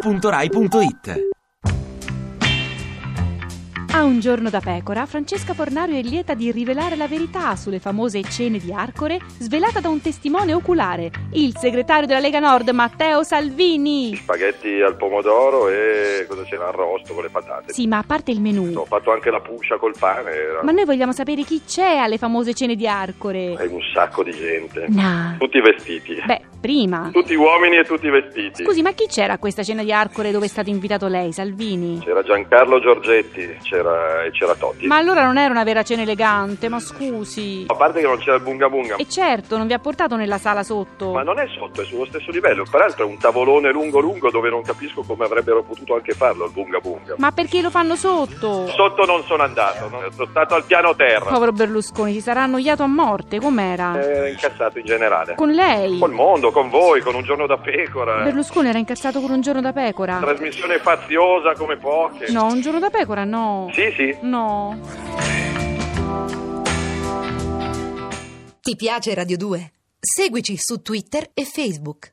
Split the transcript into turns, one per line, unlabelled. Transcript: radio2pod.rai.it
A un giorno da pecora, Francesca Fornario è lieta di rivelare la verità sulle famose cene di Arcore, svelata da un testimone oculare, il segretario della Lega Nord Matteo Salvini.
spaghetti al pomodoro e cosa c'era arrosto con le patate.
Sì, ma a parte il menù.
Ho fatto anche la puscia col pane, era
Ma noi vogliamo sapere chi c'è alle famose cene di
è
Arcore.
un sacco di gente.
Nah.
Tutti vestiti.
Beh, prima.
Tutti uomini e tutti vestiti.
Ah. Scusi, ma chi c'era a questa cena di Arcore dove è stato invitato lei, Salvini?
C'era Giancarlo Giorgetti, c'era e c'era Totti.
Ma allora non era una vera cena elegante, ma scusi.
A parte che non c'era il bunga bunga.
E certo, non vi ha portato nella sala sotto.
Ma non è sotto, è sullo stesso livello. Peraltro è un tavolone lungo lungo dove non capisco come avrebbero potuto anche farlo il bunga bunga.
Ma perché lo fanno sotto?
Sotto non sono andato, no? sono stato al piano terra.
Povero Berlusconi, si sarà annoiato a morte, com'era?
Era incazzato in generale.
Con lei?
Col mondo, con voi, con un giorno da pecora.
Berlusconi era incazzato con un giorno da pecora?
Trasmissione faziosa come poche.
No, un giorno da pecora no.
Sì, sì.
No.
Ti piace Radio 2? Seguici su Twitter e Facebook.